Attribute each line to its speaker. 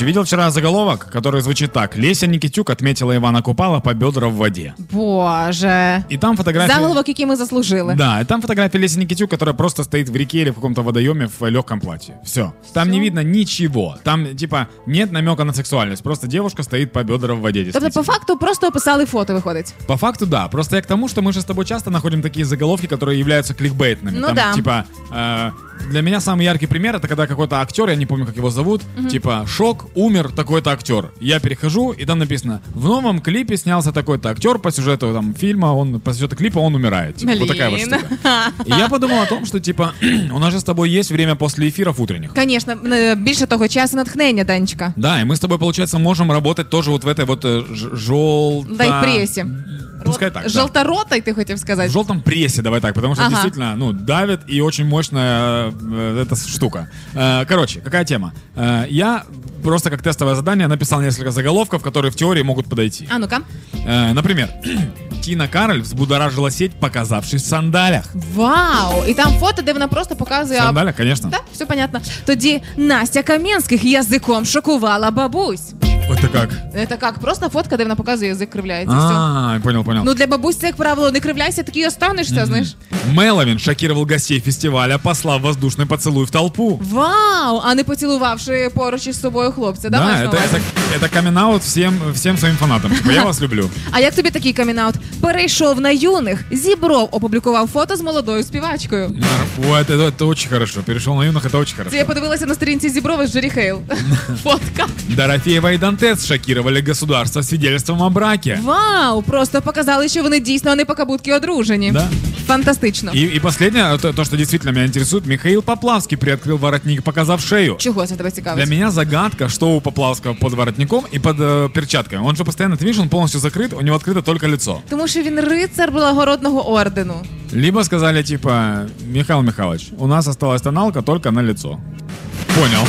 Speaker 1: Ты Видел вчера заголовок, который звучит так. Леся Никитюк отметила Ивана Купала по бедра в воде.
Speaker 2: Боже.
Speaker 1: И там фотография...
Speaker 2: Заголовок, який ми заслужили.
Speaker 1: Да, и там фотография Леси Никитюк, которая просто стоит в реке или в каком-то водоеме в легком платье. Все. Там
Speaker 2: Всё?
Speaker 1: не видно ничего. Там, типа, нет намека на сексуальность. Просто девушка стоит по бедра в воде.
Speaker 2: Тобто, по
Speaker 1: действительно.
Speaker 2: факту, просто описали фото, виходить.
Speaker 1: По факту, да. Просто я к тому, что мы же с тобой часто находим такие заголовки, которые являются кликбейтными.
Speaker 2: Ну
Speaker 1: Там,
Speaker 2: да.
Speaker 1: Типа, э, для меня самый яркий пример это когда какой-то актер, я не помню, как его зовут, типа шок, умер такой-то актер. Я перехожу, и там написано: в новом клипе снялся такой-то актер по сюжету там фильма, он по сюжету клипа он умирает. Типа, вот такая вот
Speaker 2: Блин.
Speaker 1: штука. И я подумал о том, что типа у нас же с тобой есть время после эфиров утренних.
Speaker 2: Звісно, е, більше того, часу натхнення, Данечка.
Speaker 1: Да, и мы с тобой, получается, можем работать тоже вот в этой вот э, ж- желто...
Speaker 2: Да, и прессе.
Speaker 1: Пускай так, да.
Speaker 2: Жовторота, ти хотів
Speaker 1: В
Speaker 2: сказати.
Speaker 1: желтом прессе, давай так, потому что
Speaker 2: Ага.
Speaker 1: действительно, ну, давит и очень мощная э, эта штука. Э, короче, какая тема? Э, я просто как тестовое задание написал несколько заголовков, которые в теории могут подойти.
Speaker 2: А ну-ка.
Speaker 1: Э, например, Тина Кароль взбудоражила сеть, показавшись в сандалях.
Speaker 2: Вау! І там фото, де вона просто показує.
Speaker 1: В сандалях, конечно.
Speaker 2: Так, все понятно. Тоді Настя Кам'янських язиком шокувала бабусь.
Speaker 1: Это как?
Speaker 2: Це як просто фотка, де вона показує язик кривляється. Все.
Speaker 1: А, понял, понял.
Speaker 2: Ну для бабусь це, як правило, не кривляйся, такий і останешся, знаєш.
Speaker 1: Меловин шокировал гостей фестиваля, послав воздушный поцелуй в толпу.
Speaker 2: Вау! А не поцілувавши поруч із собою хлопця. Да, маєш на
Speaker 1: это,
Speaker 2: увазі?
Speaker 1: это, это камин всем, всем своим фанатам. Типа, я вас люблю.
Speaker 2: А як тобі такий камінаут? Перейшов на юних, зібров, опублікував фото з молодою співачкою.
Speaker 1: Ой, это, это очень хорошо. Перешел на юных, это очень
Speaker 2: Це
Speaker 1: хорошо.
Speaker 2: я подивилася на сторінці Зіброва з Джері Хейл. Фотка.
Speaker 1: Дорофеева и Дантес шокировали государство свидетельством о браке.
Speaker 2: Вау! Просто показали, що вони дійсно не покабутки одружені.
Speaker 1: Да.
Speaker 2: Фантастично.
Speaker 1: И, и последнее, а то, то, что действительно меня интересует, Михаил Поплавский приоткрыл воротник, показав шею.
Speaker 2: Чого це тебе
Speaker 1: Для
Speaker 2: цікавить?
Speaker 1: меня загадка, что у Поплавского под воротником и под э, перчатками. Он же постоянно, ты видишь, он полностью закрыт, у него открыто только лицо.
Speaker 2: Тому що він рицар благородного ордену.
Speaker 1: Либо сказали, типа, Михаил Михайлович, у нас осталась тоналка только на лицо. Понял.